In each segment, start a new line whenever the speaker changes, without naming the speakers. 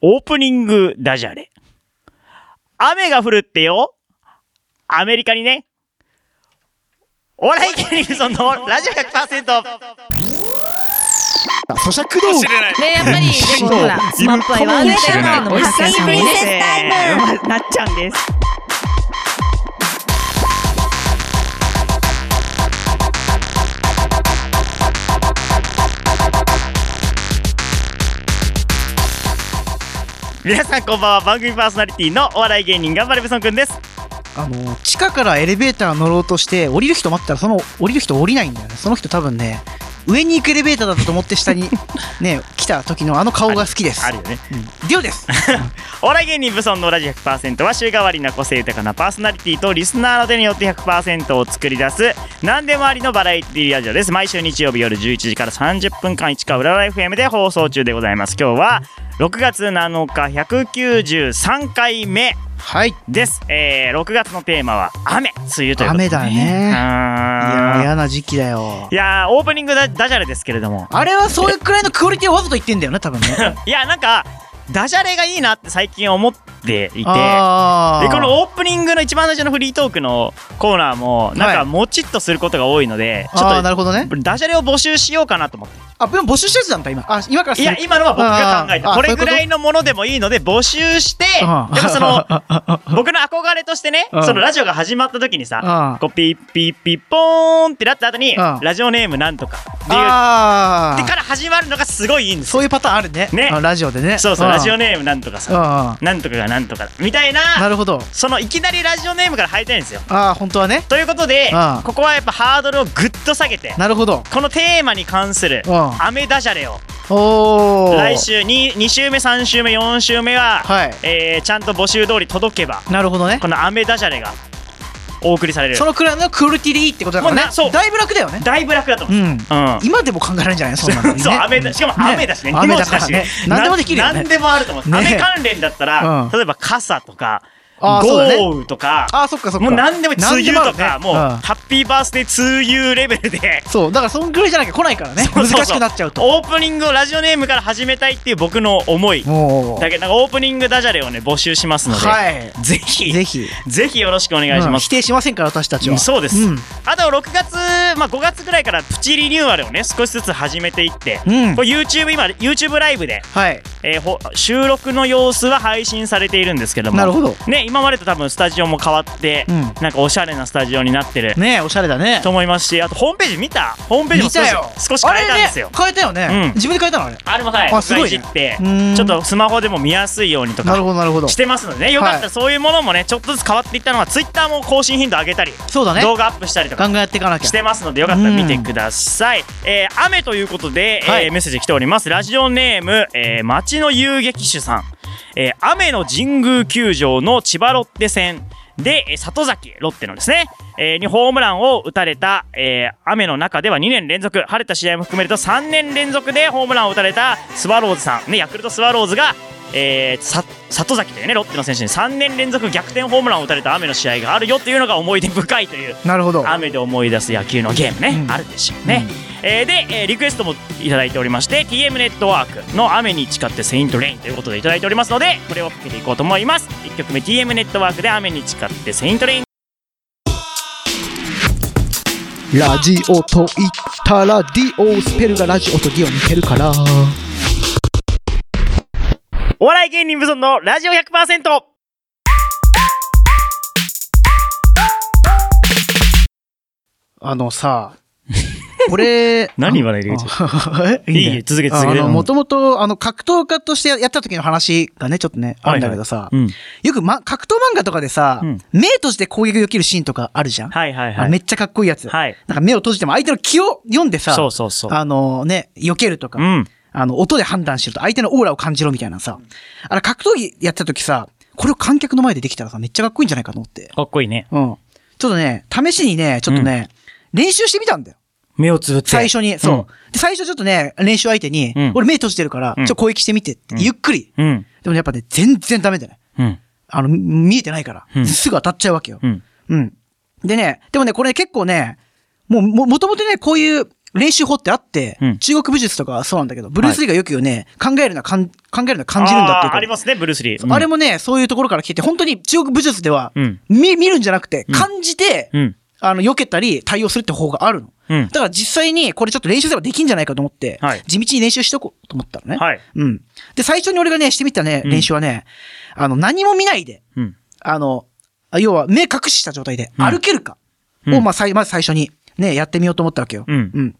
オープニングダジャレ。雨が降るってよ。アメリカにね。お笑い芸人さんのラジオ100%。
咀嚼道具
ねやっ ぱり、でもほら、スマップは言わないけど、
お久しぶりですなっちゃんです。
皆さんこんばんは。番組パーソナリティのお笑い芸人、頑張れブソンくんです。
あの地下からエレベーター乗ろうとして降りる人待ったらその降りる人降りないんだよねその人多分ね上に行くエレベーターだと思っ て下にね来た時のあの顔が好きです
あるよね。
ディオです
お笑い芸人ブソンのラジオ100%は週替わりな個性豊かなパーソナリティとリスナーの手によって100%を作り出す何でもありのバラエティラジオです毎週日曜日夜11時から30分間市川裏ライフ M で放送中でございます今日は6月7日193回目
はい
です、えー、6月のテーマは雨梅雨ということで
雨だ
う
ねいや
ーん
嫌な時期だよ
いやーオープニングダダジャレですけれども
あれはそういうくらいのクオリティをわざと言ってんだよね多分ね
いやなんかダジャレがいいなって最近思っていて
あ
で
ー
このオープニングの一番最初のフリートークのコーナーもなん
は
か
い
もちっとすることが多いので、
あー
ち
な
ょ
るほどね
っとダジャレを募集しようかなと思って
あでも募集したやつなんだ今あ今からす
い
る
や今のは僕が考え
あ
た
ー
これぐらいのものでもいいので募集してで
あ
も
ー
そ の僕の憧れとしてね
うん
そのラジオが始まった時に
あ
さ
ー
こうピッピッピッポーンってなった後に
うん
ラジオネームなんとかっていう
あ
で
あ
から始まるのがすごいいいんですよ
そういうパターンあるね
ね
あラジオでね
そうそうラジオ
ね
ネームなんとかさ
あ
なんとかがなんとかだみたい
あな
な
るほど
そのいきなりラジオネームから入りたいんですよ
ああ本当はね
ということで
ああ
ここはやっぱハードルをぐっと下げて
なるほど
このテーマに関する
うん
雨ダジャレを
おお
来週に2週目3週目4週目は、
はい
えーちゃんと募集通り届けば
なるほどね
この雨ダジャレがお送りされる
そのくらいのクオリティでいいってことだから
もう
ね
なそう
だいぶ楽だよね
だいぶ楽だと
う
思う、
ん
うん
今でも考えられるんじゃないそんなのね
そう雨だしかも雨だしね
ね
荷
雨
物
だか
だ
ら
しね
ね何でもできるよ
な
ね
何でもあると思う、
ね
雨関連だったら、
うん
例えば傘とか
あーそうだね
豪雨とか
あーそっかそっか
もう何でも梅
何
雨
でもある
とか
ね
もう、
うん
ハッピーバースデー梅雨レベルで
そうだからそんぐらいじゃなきゃ来ないからね
そう
難
そうそう
しくなっちゃうと
オープニングをラジオネームから始めたいっていう僕の思い
もう
だけどなんかオープニングダジャレをね募集しますので、
はい
ぜひ
ぜひ
ぜひよろしくお願いし
うん
ま
否
す、
定しませんから私たち
うん
は
そうです、
うん
あと6月、まあ、5月ぐらいからプチリニューアルをね少しずつ始めていって、
うん
これ YouTube 今 YouTube ライブで、
はい
えーほ収録の様子は配信されているんですけども
なるほど
ね、今までと多分スタジオも変わって、
うん
なんかおしゃれなスタジオになってる
ねえおしゃれだね
と思いますしあとホームページ見たホームページも
見
少
た
し
よ
少し変えたんですよ
あれね変えたよ
うん
ね自分で変えたのあれ
あれもはい
あすごいね
僕がって
うーん
ちょっとスマホでも見やすいようにと
なる
か
ほどなるほど
してますのでねよかった
は
ら
い
そういうものもねちょっとずつ変わっていったのは Twitter も更新頻度上げたり
そうだね
動画アップしたりと
ガ
か
ンガンやっていかなき
し
ゃ
てますのでよかったら見てください、えー雨ということで、えー
はい
メッセージ来ておりますラジオネーム、えー、町の遊撃手さん、えー雨の神宮球場の千葉ロッテ戦で、えー里崎ロッテのですね、えーにホームランを打たれた、えー雨の中では2年連続晴れた試合も含めると3年連続でホームランを打たれたスワローズさん、ね、ヤクルトスワローズが、えーさ里崎というねロッテの選手に3年連続逆転ホームランを打たれた雨の試合があるよっていうのが思い出深いという
なるほど
雨で思い出す野球のゲームね、
うん
あるでしょうね、えーで、えーリクエストもいただいておりまして TM ネットワークの「雨に誓ってセイントレイン」ということでいただいておりますのでこれをかけていこうと思います1曲目 TM ネットワークで「雨に誓ってセイントレイン
ラジオと言ったらディオスペルがラジオとディオ似てるから」
お笑い芸人無尊のラジオ100%
あの さ俺
何今の入り口
あ えい
いいよ続けて続けて
もともと、あの、格闘家としてやった時の話がね、ちょっとね、あるんだけどさ、
うん
よく、ま、格闘漫画とかでさ、
うん
目閉じて攻撃できるシーンとかあるじゃん、
はいはい
あ
は
め
い
っちゃかっこいいやつ。
はい
なんか目を閉じても相手の気を読んでさ、
そうそうそう
あのね、避けるとか、
うん
あの、音で判断しろと相手のオーラを感じろみたいなさ、あれ格闘技やってた時さ、これを観客の前でできたらさ、めっちゃかっこいいんじゃないかと思って。
かっこいいね
うん。ちょっとね、試しにね、ちょっとね、練習してみたんだよ。
目をつぶって
最初に、そう。
うん
で、最初ちょっとね、練習相手に、
うん
俺目閉じてるから、ち
う
ょ
ん
っと攻撃してみてって、
ん
ゆっくり。
うん
でもやっぱね、全然ダメだね。
うん
あの、み見えてないから、
うん
すぐ当たっちゃうわけよ
う。ん
うん。でね、でもね、これ結構ね、もう、も、もともとね、こういう練習法ってあって、
うん
中国武術とかはそうなんだけど、ブルース・リーがよく言うね、考えるな、かん考えるな、感じるんだっ
あ
ていう
ー
か
ありますね、ブルース・リー。
あれもね、そういうところから聞いて、本当に中国武術では、
うん
見見るんじゃなくて、
うん
感じて、
うん。
あの、避けたり、対応するって方法があるの。
うん。
だから実際にこれちょっと練習すればできんじゃないかと思って、
はい
地道に練習しとこうと思ったのね。
はい。
うん。で、最初に俺がね、してみたね、
うん
練習はね、あの、何も見ないで、
うん。
あの、あ要は目隠しした状態で、
うん
歩けるか
うん
を、まあ、さいまず最初に、ね、やってみようと思ったわけよ。
うん
うん。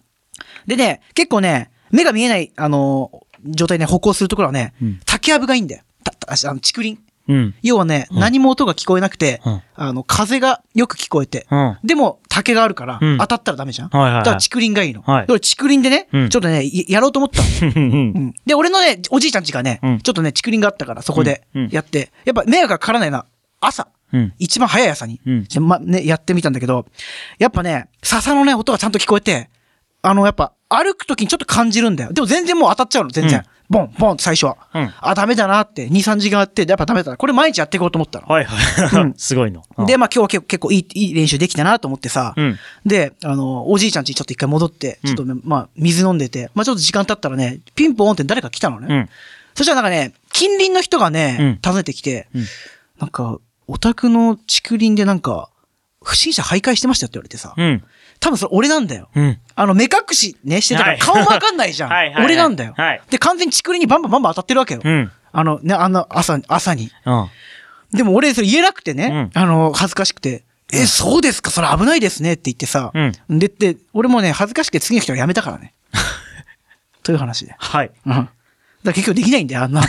でね、結構ね、目が見えない、あのー状態で、ね、歩行するところはね、
うん
竹やぶがいいんだよ。た、た、あの、竹林。
うん。
要はね、
うん
何も音が聞こえなくて、
うん
あの、風がよく聞こえて、
うん。は
でも、竹があるから、
うん
当たったらダメじゃん。
いはい
だから
は
竹林がいいの。
はい
だから竹林でね、
うん
ちょっとね、いやろうと思ったの。
い。うん
うんで、俺のね、おじいちゃんちがね、
うん
ちょっとね、竹林があったから、そこで
うんうん
やって、やっぱ迷惑がかからないな、朝、
うん。
一番早い朝に、
うん
ちょま、ね、やってみたんだけど、やっぱね、笹のね、音がちゃんと聞こえて、あの、やっぱ、歩くときにちょっと感じるんだよ。でも全然もう当たっちゃうの、全然。
うん
ボン、ボン、最初は。
うん
あ、ダメだなって、2、3時間やって、やっぱダメだな。これ毎日やっていこうと思ったの。
はいは
う
い
ん。
すごいの。うん
で、まあ今日は結構結構いいいい練習できたなと思ってさ、
うん。
で、あの、おじいちゃんちにちょっと一回戻って、ちょっとね、まあ水飲んでて、まあちょっと時間経ったらね、ピンポーンって誰か来たのね。
うん。
そしたらなんかね、近隣の人がね、訪ねてきて、
うん
なんか、オタクの竹林でなんか、不審者徘徊してましたよって言われてさ、
うん。
多分それ俺なんだよ。
うん。
あの、目隠しね、してたか
は
ら
い
顔もわかんないじゃ ん。
はいはいはい
俺なんだよ。
はい
で、完全に竹林にバンバンバンバン当たってるわけよ。
うん。
あの、ね、あの、朝、朝に。
うん。
でも俺それ言えなくてね、
う
あの、恥ずかしくて、え、そうですか、それ危ないですねって言ってさ、でって、俺もね、恥ずかしくて次の人はやめたからね。 という話で。
はい。
うん。だから結局できないんだよ、あん な。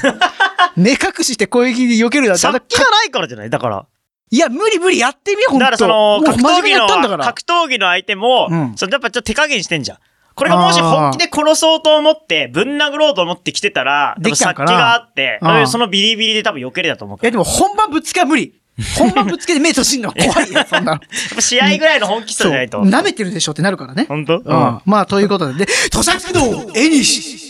目隠しして攻撃で避けるだって。あんな
殺気がないからじゃないだから。
いや、無理無理やってみよ、ほん
だ
と。
からその、
もう
格
真
闘
面目に
技
やったんだ
の、
から
格。闘技の相手も、
うん
そのやっぱちょっと手加減してんじゃん。これがもし
あー
本気で殺そうと思って、ぶん殴ろうと思って来てたら、多
で
分
きた
殺
ん
気
かな
があって、
あー
そのビリビリで多分避けれだと思う
い
から。
や、でも本番ぶつけは無理。本番ぶつけて目閉じんのは怖いよ、そ んなの。
やっぱ試合ぐらいの本気さじゃないと。
舐めてるでしょってなるからね。
本当
うん。まあ、ということで。で、土佐不動、絵にし。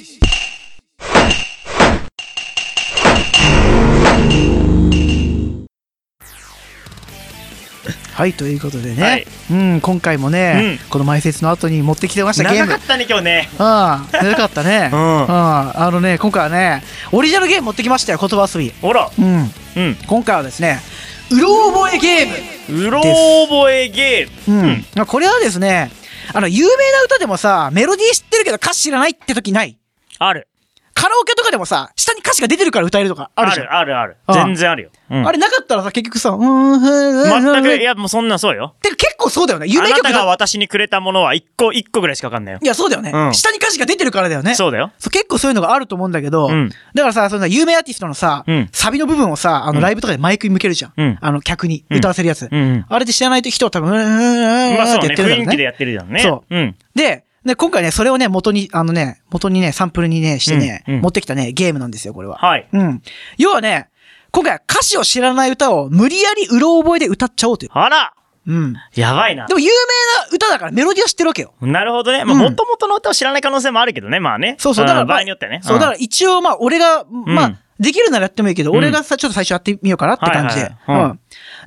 はい、ということでね。
はい
うん、今回もね、
う
この前説の後に持ってきてました、ゲー
長
ム
か。ったね、今日ね。
ああ、よかったね。
う
うんん。あのね、今回はね、オリジナルゲーム持ってきましたよ、言葉遊び。
ほら。
うん。
うん。
今回はですね、うろ覚えゲーム。
うろ覚えゲーム。
うん
うん。
まあこれはですね、あの、有名な歌でもさ、メロディー知ってるけど歌詞知らないって時ない
ある。
カラオケとかでもさ、下に歌詞が出てるから歌えるとかあ
あ
るじゃん。
る、ある、ある。
うん
全然あるよ。うん
あれなかったらさ、結局さ、うーん、ふー
全く、い
っ
や、もうそんなそうよ。
て結構そうだよね。有
あ
名
な
曲
たが
だ。
私にくれたものは一個、一個ぐらいしかわかんないよ
い。や、そうだよね、
うん
下に歌詞が出てるからだよね。
そうだよ。
そう結構そういうのがあると思うんだけど、
うん
だからさ、その有名アーティストのさ、
うん
サビの部分をさ、あ
う
の
ん
ライブとかでマイクに向けるじゃん。
うん
あの客に歌わせるやつ。
うんうん
あれで知らない人は多分、うーん、うーん、う
まあ
ーん
そ
っ
うね、
てやってる
雰
んだろう
囲気で
ね。
やってるじゃんね。
そう
うん。
で、ね、今回ね、それをね、元に、あのね、元にね、サンプルにね、してね、
うんうん
持ってきたね、ゲームなんですよ、これは。
はい。
うん。要はね、今回は歌詞を知らない歌を無理やりうろ覚えで歌っちゃおうという。
あら
うん。
やばいな
で。も有名な歌だからメロディーは知ってるわけよ。
なるほどね。まあ、
うん
元々の歌を知らない可能性もあるけどね、まあね。
そうそう、
ん
だから、
場合によってはね。
そう、だから一応、まあ、俺が、ま
うん
あ、できるならやってもいいけど、
うん
俺がさ、ちょっと最初やってみようかなって感じ
は
で
い。は
う
いはいうん
ん。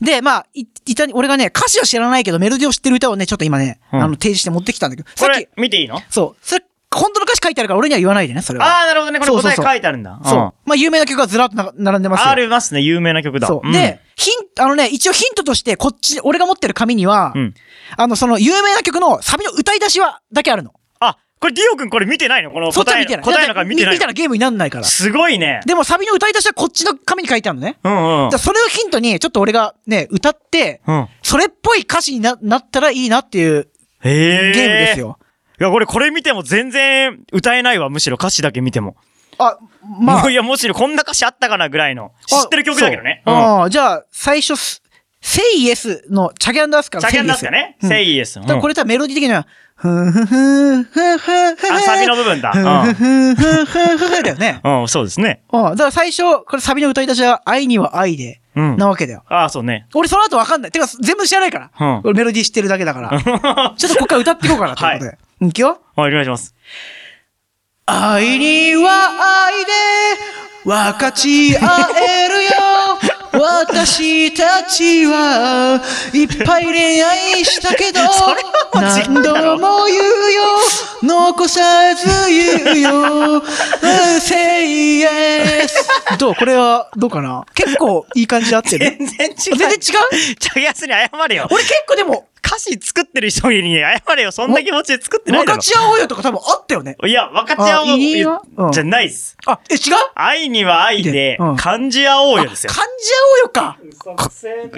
で、まあ、い、いたに、俺がね、歌詞を知らないけど、メロディーを知ってる歌をね、ちょっと今ね、
う
あ
ん
の、提示して持ってきたんだけど、
こ
さっき
れ、、見ていいの
そう、それ、本当の歌詞書いてあるから俺には言わないでね、それは。
ああ、なるほどね。これ
そうそう
答え
そう
書いてあるんだ。。
そうんまあ、有名な曲がずらっとな並んでますよ。
ありますね。有名な曲だ。
そう。
ん
で、、ヒンあのね、一応ヒントとして、こっち、俺が持ってる紙には
う、ん。
あの、その、有名な曲のサビの歌い出しは、だけあるの。
あ、これ、ディオ君これ見てないのこの
そっちは
答え
見
の、
てない。
答え
だ
の
か
から見てな
見
い
た。らゲームになんないから。
すごいね。
でも、サビの歌い出しはこっちの紙に書いてあるのね。
うんうん。
じゃあそれをヒントに、ちょっと俺がね、歌って、
うん。
それっぽい歌詞にななったらいいなっていう
へ
ゲー
え。
ムです。よ。
いや、これ、これ見ても全然歌えないわ。むしろ歌詞だけ見ても。
あ、まあ
もう。いや、むしろこんな歌詞あったかなぐらいの。知ってる曲だけどね。
そう
うん。
あーじゃあ、最初す、セイエスのチャギアンダースから
チャキャン出すかね。
うん
Say Yes。
だからこ
れ、
れ多分メロディー的には、ふんふんふんふんふんふん
あ、サビの部分だ。
ふん
う
ふんふんふんふんふんだよね。
ん。うん、そうですね。
うん。だから最初、これサビの歌い出しは、愛には愛で、
うん
なわけだよ。
ああ、そうね。
俺その後わかんない。てか、全部知らないか
うん
ら。俺メロディー知ってるだけだから。ちょっとこっから歌っていこうかな、ということで。い、くよ。
お願いします。
愛には愛で分かち合えるよ私たちはいっぱい恋愛し たけど何度も言うよ残さず言 うよ Say yes どうこれはどうかな結構いい感じで合ってる
全然違う。
全然違う
チャゲアスに謝れよ。
俺結構でも
歌詞作ってる人に謝れよ。そんな気持ちで作ってない
分
だ
か
ろ
ち合おうよとか多分あったよね。
いや、分かち合お
あいいよう
うんじゃないっす。
あ、え、違う
愛には愛で
うん、
感じ合おう
あ
よ
感
です
じ
よ
合。おうよか。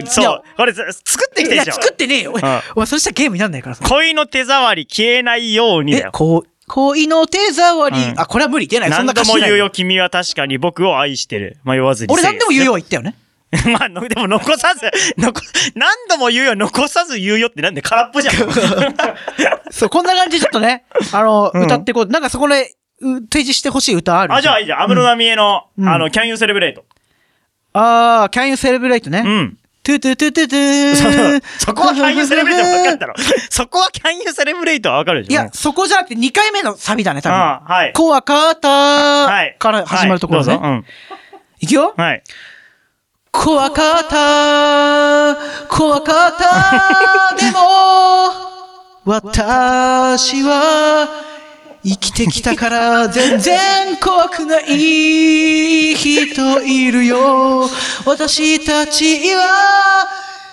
い
そう
や。
これ、作ってき
い
てる
や、
でしょ。
作ってねえよ。おい
うん
お前、そしたらゲームになんないからさ。
恋の手触り消えないようにだ
え
よ、。
こう、恋の手触り
うん。
あ、これは無理。出ない。そ
何
んな
度
歌詞
も
出ない
言うよ、君は確かに僕を愛してる。迷わずに。
俺何でも言うよ。は言ったよね。
まあ、の でも残さず、 残、何度も言うよ、残さず言うよってなんで空っぽじゃ ん。
そう、こんな感じでちょっとね、あの、
うん
歌ってこう。なんかそこで、う提示してほしい歌ある
あ、じゃあ、いいじゃん。安室奈美恵の、
うん
あの、Can You Celebrate。
あー、Can You Celebrate
う
ね。
ん。
トゥトゥトゥトゥト
そ
ゥ
そこは Can You Celebrate は分か ったろ。そこは Can You Celebrate は分かるでしょ。
いや、そこじゃなくて2回目のサビだね、多分。
あはい。
怖かっ
はい
た。。から始まるところ
はいど
ね。
うぞ
いくよ
うん。はい。
怖かった、怖かった、でも、私は、生きてきたから全然怖くない人いるよ。私たちは、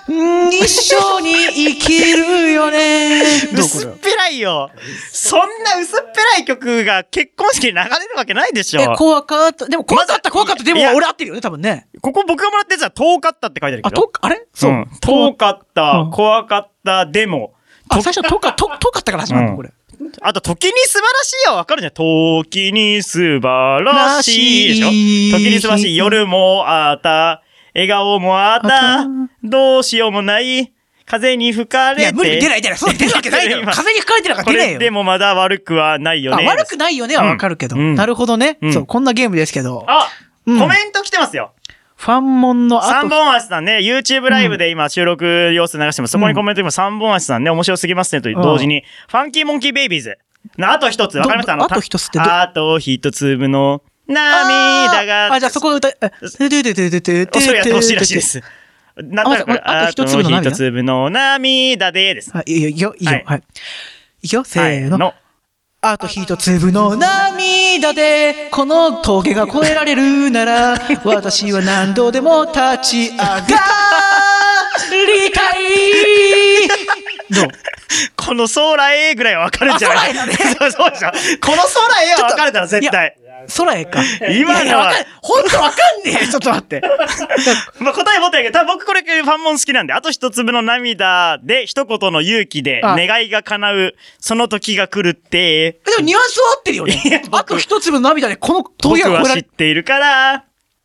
うん一緒に生きるよね。
薄っぺらいよ。そんな薄っぺらい曲が結婚式に流れるわけないでし
え
ょ、。こ
怖かった。でも怖かった、怖かった。でも
いや
俺合ってるよね、多分ね。
こ僕がもらったやつは遠かったって書いてあるけ
あ、
ど。。
と、あれそううん
遠かった、
うん
怖かった、でも。
あ、最初、とか、と、とかったから始まる
うん
の、これ。
あと、時に素晴らしいはわかるじゃん。時に素晴らしいでしょ。
らしい
時に素晴らしい。夜もあった。笑顔もあった
あっ。
どうしようもない。風に吹かれて。
いや、無理、出ない、出ない。そんな出るわけないだよ。
今
風に吹かれてるから
こ
出ない
れ
よ。
でもまだ悪くはないよね。
あ、悪くないよねはわかるけど。
うんうん
なるほどね、
うん
そう、こんなゲームですけど。
あ、
うん
コメント来てますよ。
ファンモンの
三
後、
本足さんね、YouTube ライブで今収録様子流してます。そこにコメント今三本足さんね、面白すぎますねと同時に、ファンキーモンキーベイビーズ。なあと一つ、わかりました
ど
の
あと一つってど
あと一粒の涙が。
あ、じゃあそこが歌え、え、ててててててて。
それやってほしいらしいで。す。なんとなくこれ、
ああと一粒の
あ
涙
と一粒の涙でです。
はい、いいよ、いいよ、いいよ。
は
はいい。いいよ、せー
はい
の。あと一粒の涙で、この峠が越えられる なら、私は何度でも立ち上が りたい。どう
この空へぐらいはわかるんじゃない
あ空へ
そうそうでしょ。この空へはわかるだろ、絶対。
空へ か。
今
いやい
の
や
は
わかんほんとわかんねえ。 ちょっと待って。
まあ、答え持ってないけど、多分僕これファンモン好きなんで、あと一粒の涙で、一言の勇気で、
あ
願いが叶う、その時が来るって、
でもニュアンスは合ってるよね。あと一粒の涙でこの
僕
峠が
は
越えら
知っ
れ、
ているから、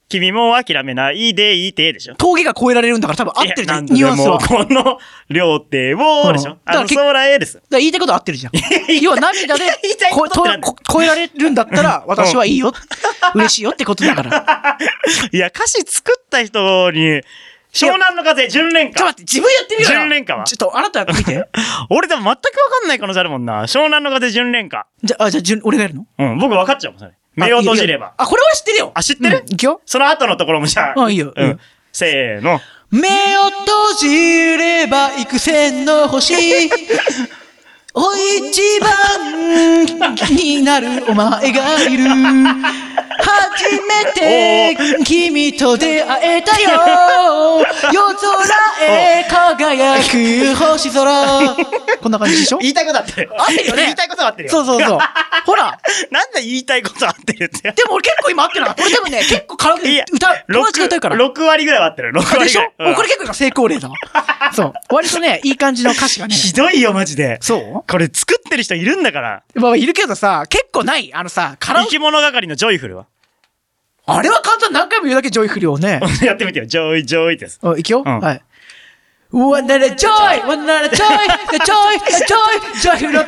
君も諦めないでいて、でしょ。
峠が越えられるんだから多分合ってる
い
じ
や
ゃ、
なんんで
ニュアンスは。だか
もうこの両手を、
うん
でしょ。
だか
あ
ら
の
け
空へです。
ら言いたいことは合ってるじゃん。要は涙で
言いたいこ
こと
ってなんだ
こと越えられるんだったら私はいいよ。嬉しいよってことだ から。
いや、歌詞作った人に、湘南の風、純恋
ちょっと
歌
待っ。て、自分やってみようよ。
純恋歌は
ちょっとあなたやってみ て。
俺でも全くわかんない可能性あるもんな。湘南の風、純恋歌。
じゃあ、あじゃあ順、俺がやるの
うん、僕分かっちゃうもん、それ。目を閉じれば。
あ、これは知ってるよ。
あ知ってる
うんいくよ。
その後のところもじゃあ。
あいいよ
う
いい
ん
よ。
せーの。
目を閉じれば幾千の星。 お一番になるお前がいる。初めて君と出会えたよ。夜空へ輝く星空。 こんな感じでしょ
言いたいことあってる。合
ってるよね
言いたいことは合ってるよ。
そうそう そう。ほら。
なんで言いたいこと合ってるって。
でも俺結構今合ってるな。これ多分ね、結構カラオケ
い
で
や
歌、友達が歌うから。
6割ぐらいは合ってる。6割ぐらい。
でしょ、
うん
もうこれ結構今成功例だわ。 そう。割とね、いい感じの歌詞がね。
ひどいよ、マジで。
そ
これ作ってる人いるんだから。
うまあ、いるけどさ、結構ない。あのさ、カラオ
生
ケ、
き物係のジョイフルは。
あれは簡単何回も言うだけジョイフルをね。
やってみてよ。ジョイ、ジョイです。
うん、いくよ、
うん
はい。ワンダラジョイワンダラジョイジョイジョイジョイフルベイ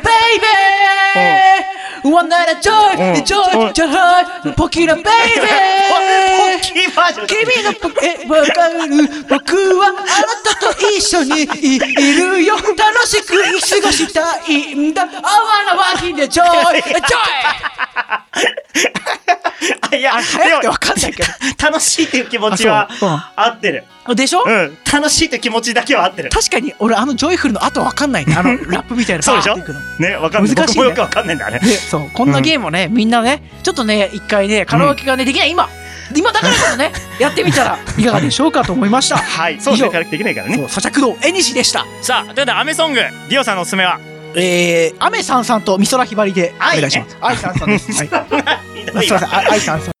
ベーワンダラジョ
うん
イジョ
うん
イジョイポキラベイベー
キーバージョンだ。
君のポケわかる僕はあなたと一緒にいいるよ楽しく過ごしたいんだ I wanna walk in the joy joy
いや、
早くて
でも
わかんないけど。
楽しいっていう気持ちは
あそううん
合ってる。
でしょ、
うん、楽しいって気持ちだけは合ってる。
確かに俺あのジョイフルの後わかんないねあのラップみ たいな
そうでしょ
バーっていくの
ね、わかんない。
難しいね
僕もよくわかんないんだ、あれ。
ねそうこんなゲームをね、みんなねちょっとね一回ねカラオケがね、できない今今だからこそ ねやってみたらいかがでしょうかと思いました
はい、そうしないとできないから
そ
ね。
う咀嚼道えにしでした
さあ、ということで、アメソング、ディオさんのおすすめは
えー、アメさんさんと美空ひばりでお願いします愛さんさん です、はい、あすいませんあ愛さんさん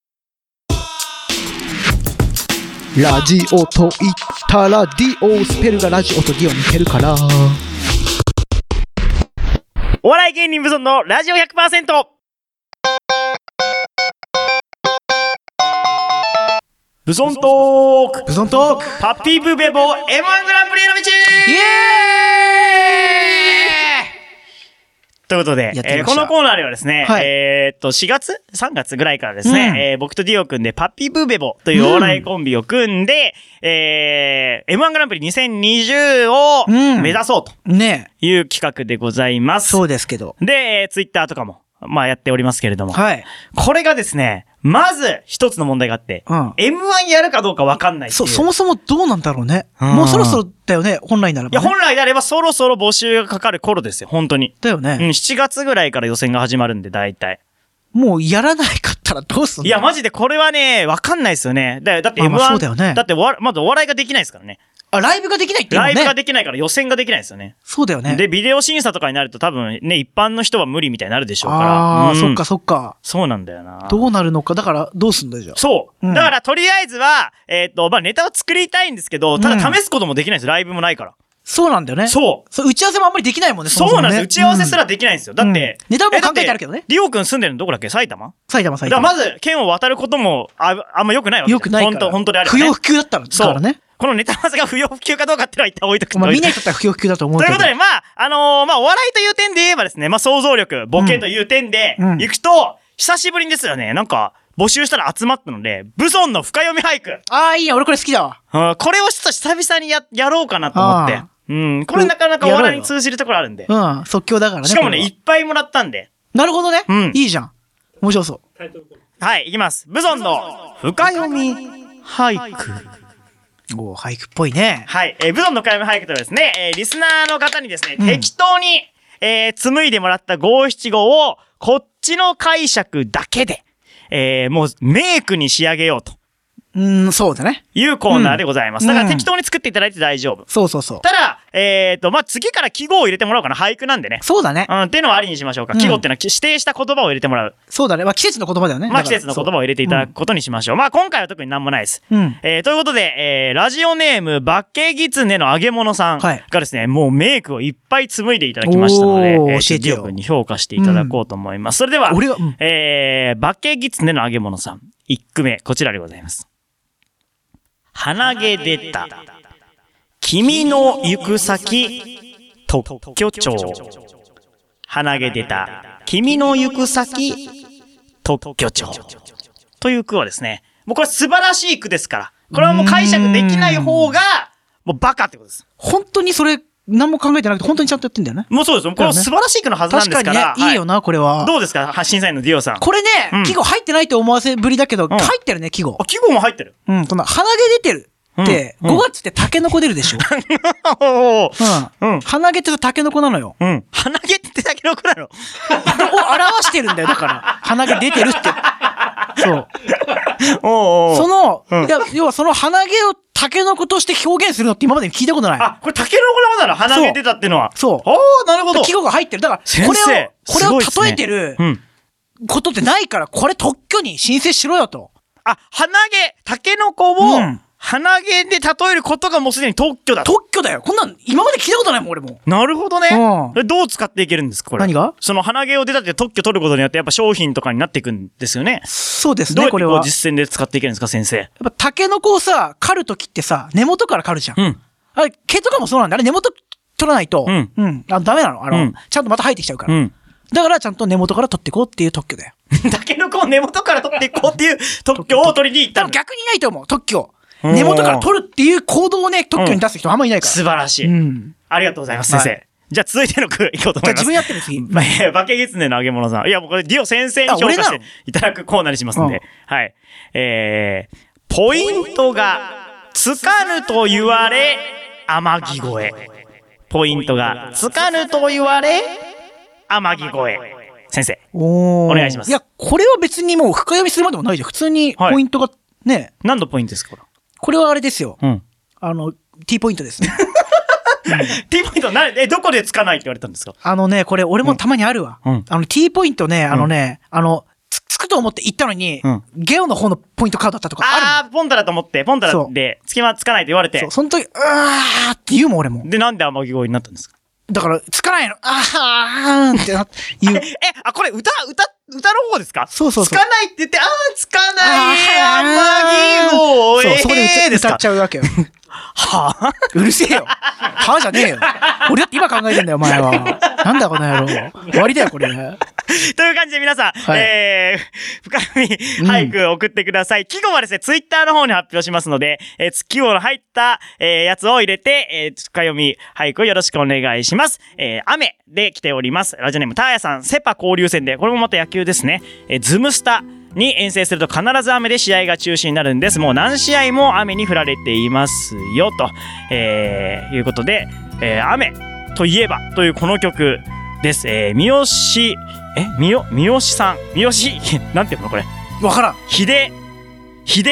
ラジオと言ったらディオスペルがラジオとディオに似てるから
お笑い芸人無存のラジオ 100%! 無存トーク
ブソントーク
パッピーブーベボー M1 グランプリへの道
イエーイ
ということで、
やって
え
み
ー
まし
こ
た
のコーナーではですね、
はい
えーっと、4月 ?3 月ぐらいからですね、
うん
えー僕とディオ君でパッピーブーベボというお笑いコンビを組んで、えー、M1 グランプリ2020を
うん
目指そうと
ねえ、
いう企画でございます。
そうですけど。
で、えー、ツイッターとかも、まあやっておりますけれども、
はい。
これがですね、まず一つの問題があって、
うん。
M1 やるかどうかわかんないってい
そ、
う。
そもそもどうなんだろうね。
うん
もうそろそろだよね、本来なら
いや、
ばね、
本来であればそろそろ募集がかかる頃ですよ、本当に。
だよ
うん、
ね。
7月ぐらいから予選が始まるんで、大体。
もうやらないかったらどうすんの
いや、マジでこれはね、わかんないですよね。だだって M1、
まあまあそうだよね
っておわ、まずお笑いができないですからね。
あ、ライブができないっていうの
ラ
ね。
イブができないから予選ができないですよね。
そうだよね。
で、ビデオ審査とかになると多分ね、一般の人は無理みたいになるでしょうから。
ああ、
うん
そっか。そっか。
そうなんだよな。
どうなるのか。だから、どうすんだよ、じゃあ。
そう。
うん
だから、とりあえずは、えっ、と、まあ、ネタを作りたいんですけど、た
う
だ
ん
試すこともできないです。ライブもないから。
そうなんだよね。う。
そう。
打ち合わせもあんまりできないもんね、も
そう
も
なん
ね
ですよ。打ち合わせすらできないんですよ。だって。
うんネタはもう
えだて
考えてあるけどね
リオ君住んでるのどこだっけ埼玉
埼玉、埼
だから
玉。
まず、県を渡ることもああんま良くないわけじゃ
よくないから。
本当、本当であれば、
不
ね。
要不急だったからね。
このネタ合わせが不要不急かどうかってのは一旦置いとくと
まあ、
い
見
て
ない人だったら不要不急だと思う
と
け
いう
ど。
ことで、まあ、あのーまあ、お笑いという点で言えばですね、まあ、想像力、ボケという点で
うんう、ん
行くと、久しぶりにですよね、なんか、募集したら集まったので、武尊の深読み俳句。
ああ、いいや、俺これ好きだわ。
うんこれをちょっと久々にや、やろうかなと思って
あ。
うん。これなかなかお
やろう
笑い
よ
に通じるところあるんで。
うん、即興だからね。
しかもね、
これはい
っぱいもらったんで。
なるほどね。
うん
いいじゃん。面白そう。
はい、いきます。武尊の深読み俳句。
おお俳句っぽいね。
はい、えー、ブドンの解明俳句とはですね、えーリスナーの方にですね、適当に、えー紡いでもらった五七五を、こっちの解釈だけで、えーもうメイクに仕上げようと
うーん、そうだね。
いうコーナーでございます。
うん
だから
うん
適当に作っていただいて大丈夫。
そうそうそう。
ただ、えっ、と、まあ、次から記号を入れてもらおうかな。俳句なんでね。
そうだね
う。ん、っていうのはありにしましょうか。
うん
記号っていうのはき指定した言葉を入れてもらう。
そうだね。まあ季節の言葉だよね。
まあ、
だ
季
から
節の言葉を入れていただくことにしましょう。まあ、今回は特になんもないです。
そううん。
えーということで、えーラジオネーム、バッケギツネの揚げ物さん
はい
がですね、もうメイクをいっぱい紡いでいただきましたので、
おー
ー
教えてよ
ジオ君に評価していただこうと思います。それでは、
俺が、うん
えーバッケギツネの揚げ物さん、1句目、こちらでございます。鼻毛出た、君の行く先、特許庁。鼻毛出た、君の行く先、特許庁。という句はですね、もうこれ素晴らしい句ですから、これはもう解釈できない方が、もうバカってことです。
本当にそれ、何も考えてなくて、本当にちゃんとやってんだよね。
もうそうですよ。これは素晴らしい句のはずなん
確
で
か
す
に
か
ね
ら。、
いいよ
は
な、これは。
どうですか審査員のディオさん。
これ
うん
ね、季語入ってないと思わせぶりだけど、
ん
入ってるね、季語
あ、。季語も入ってる。
うん、この鼻毛出てるって、
うんうん
5月ってタケノコ出るでしょ。
おー
う
うん
ん。鼻毛ってタケノコなのよ。
うん。鼻毛ってだけの子なの。
を表してるんだよ、だから。鼻毛出 てるって。そう。
おうおう
その、
うん
いや要はその鼻毛をタケノコとして表現するのって今までに聞いたことない。
あ、これタケノコのことなの鼻毛出たってのは。
そう
ああ、なるほど。
季語が入ってる。だから、
先
これ
生
を、これを
すごいっすね
例えてる
うん。
ことってないから、これ特許に申請しろよと。
あ、鼻毛、タケノコ
う
を
ん
鼻毛で例えることがもうすでに特許だと。
特許だよ。こんなん、今まで聞いたことないもん、俺も。
なるほどね
うん。
でどう使っていけるんですかこれ。
何が
その鼻毛を出たって特許取ることによってやっぱ商品とかになっていくんですよね。
そうです
どうやっ
ね、
て
これ
こ
は
う。実践で使っていけるんですか先生。
やっぱタケノコをさ、刈るときってさ、根元から刈るじゃん。
うん。
あれ、毛とかもそうなんだ。あれ、根元取らないと、
うん
あダメなの。あの、
うん
ちゃんとまた生えてきちゃうから。
うん。
だから、ちゃんと根元から取っていこうっていう特許だよ。
タケノコを根元から取っていこうっていう特許を取りに行った
多
の
分。逆にいないと思う、特許を。
うん
根元から取るっていう行動をね、特許に出す人あんまいないか
素晴らし
ら。
い。
ん。
ありがとうございます、先
は
生。じゃあ続いての句いこうと思
じゃあ
いま
自
す
分。やってる 次。
まあいや化け狐の揚げ物さん。いや、もうこれ、ディオ先生に評価
あ
し
俺
て
ない
ただくコーナーにしますんで。はい。えー、ポイントが、つかぬと言われ、天城越え。ポイントが、つかぬと言われ、天城越え。先生。
お
お願いします
いや、これは別にもう深読みするまでもないじゃん。普通に
はい
ポイントが、ね、
何のポイントですかこ
これはあれですよ。
れ。うん。
あの、T ポイントです ね。
T ポイントな、え、どこでつかないって言われたんですか
あのね、これ俺もたまにあるわ。
うん
あの T ポイントね、あのね、あの、つ、つくと思って行ったのに、
うん
ゲオの方のポイントカードだったとかあ
あー、ポンタだと思って、ポンタで、つきまつかないと言われ
るもん。そ
て
う、。その時、うわーって言うもん俺も。
で、なんで天城越えになったんですか
だから、つかないの。あーってなって言 う
え。、あ、これ歌、歌、歌の方ですか
そうそうそう
つかないって言って、あー、つかない、
あ
あま
ー
ぎご、
そう、そこで
えー
歌
です
歌
か
っちゃうわけよ。
はぁ
うるせえよ。はあじゃねえよ。俺だって今考えてんだよ、お前は。なんだこの野郎。終わりだよ、これ。
という感じで皆さん、
はい
えー、深み俳句を送ってください。季語はですね、ツイッターの方に発表しますので、えー、季語の入った、えー、やつを入れて、えー、深読み俳句をよろしくお願いします。えー、雨で来ております。ラジオネームターヤさん、セパ交流戦で、これもまた野球ですね。えー、ズムスタに遠征すると必ず雨で試合が中止になるんです。もう何試合も雨に降られていますよ、と、えー、いうことで、えー、雨といえばというこの曲です。えー、三好、え、みよ、三好さん、三好、 なんていうのこれ、
わからん。
秀秀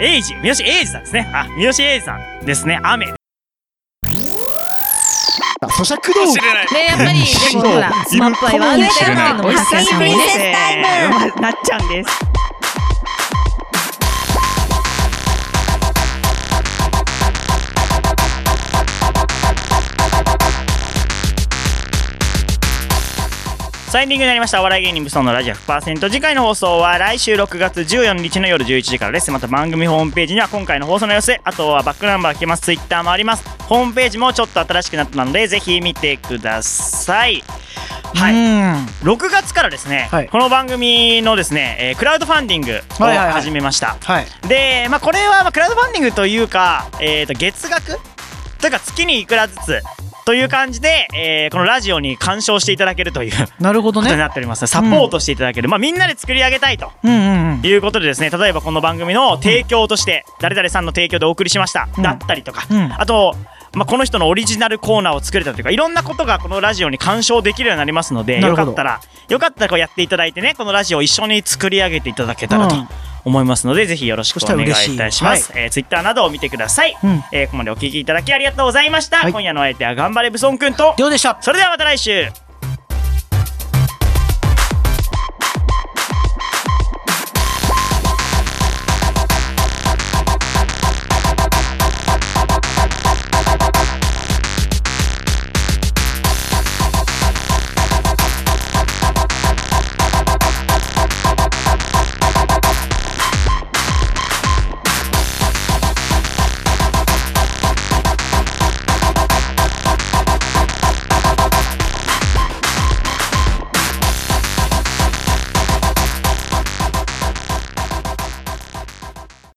英二、三好英二さんですね。あ、三好英二さんですね。雨。
咀嚼道具。
ね、やっぱり、でもほら、スマップアイはあれだよっていうのも発散するんで。
ムなっちゃんです。
サインディングになりました。お笑い芸人武装のラジオ100%。次回の放送は来週6月14日の夜11時からです。また番組ホームページには今回の放送の様子、あとはバックナンバー聞けます。ツイッターもあります。ホームページもちょっと新しくなったので、ぜひ見てください。はい。
うん。
6月からですね、
はい
この番組のですね、えークラウドファンディングを
はいはいはい
始めました、
はい。
で、まあ、これはまあクラウドファンディングというか、えー、と月額というか月にいくらずつという感じで、えーこのラジオに鑑賞していただけるという
なるほど
ことに
ね。
なっております、サポートしていただける、まあ、みんなで作り上げたいと
うんうんうん。
いうことでですね例えばこの番組の提供として、誰々さんの提供でお送りしました、
うん
だったりとか、
うん
あと、まあ、この人のオリジナルコーナーを作れたというかいろんなことがこのラジオに鑑賞できるようになりますので
な
よ
るほど
かったらよかったらこうやっていただいてねこのラジオを一緒に作り上げていただけたらと。
うん
思いますので、ぜひよろしくお願いいたしま
そ
す。えツイッター Twitter などを見てください。
うん
えーここまでお聞きいただきありがとうございました。
はい
今夜のお相手は頑張れブソンくんと
り、ょうでした。
それではまた来週。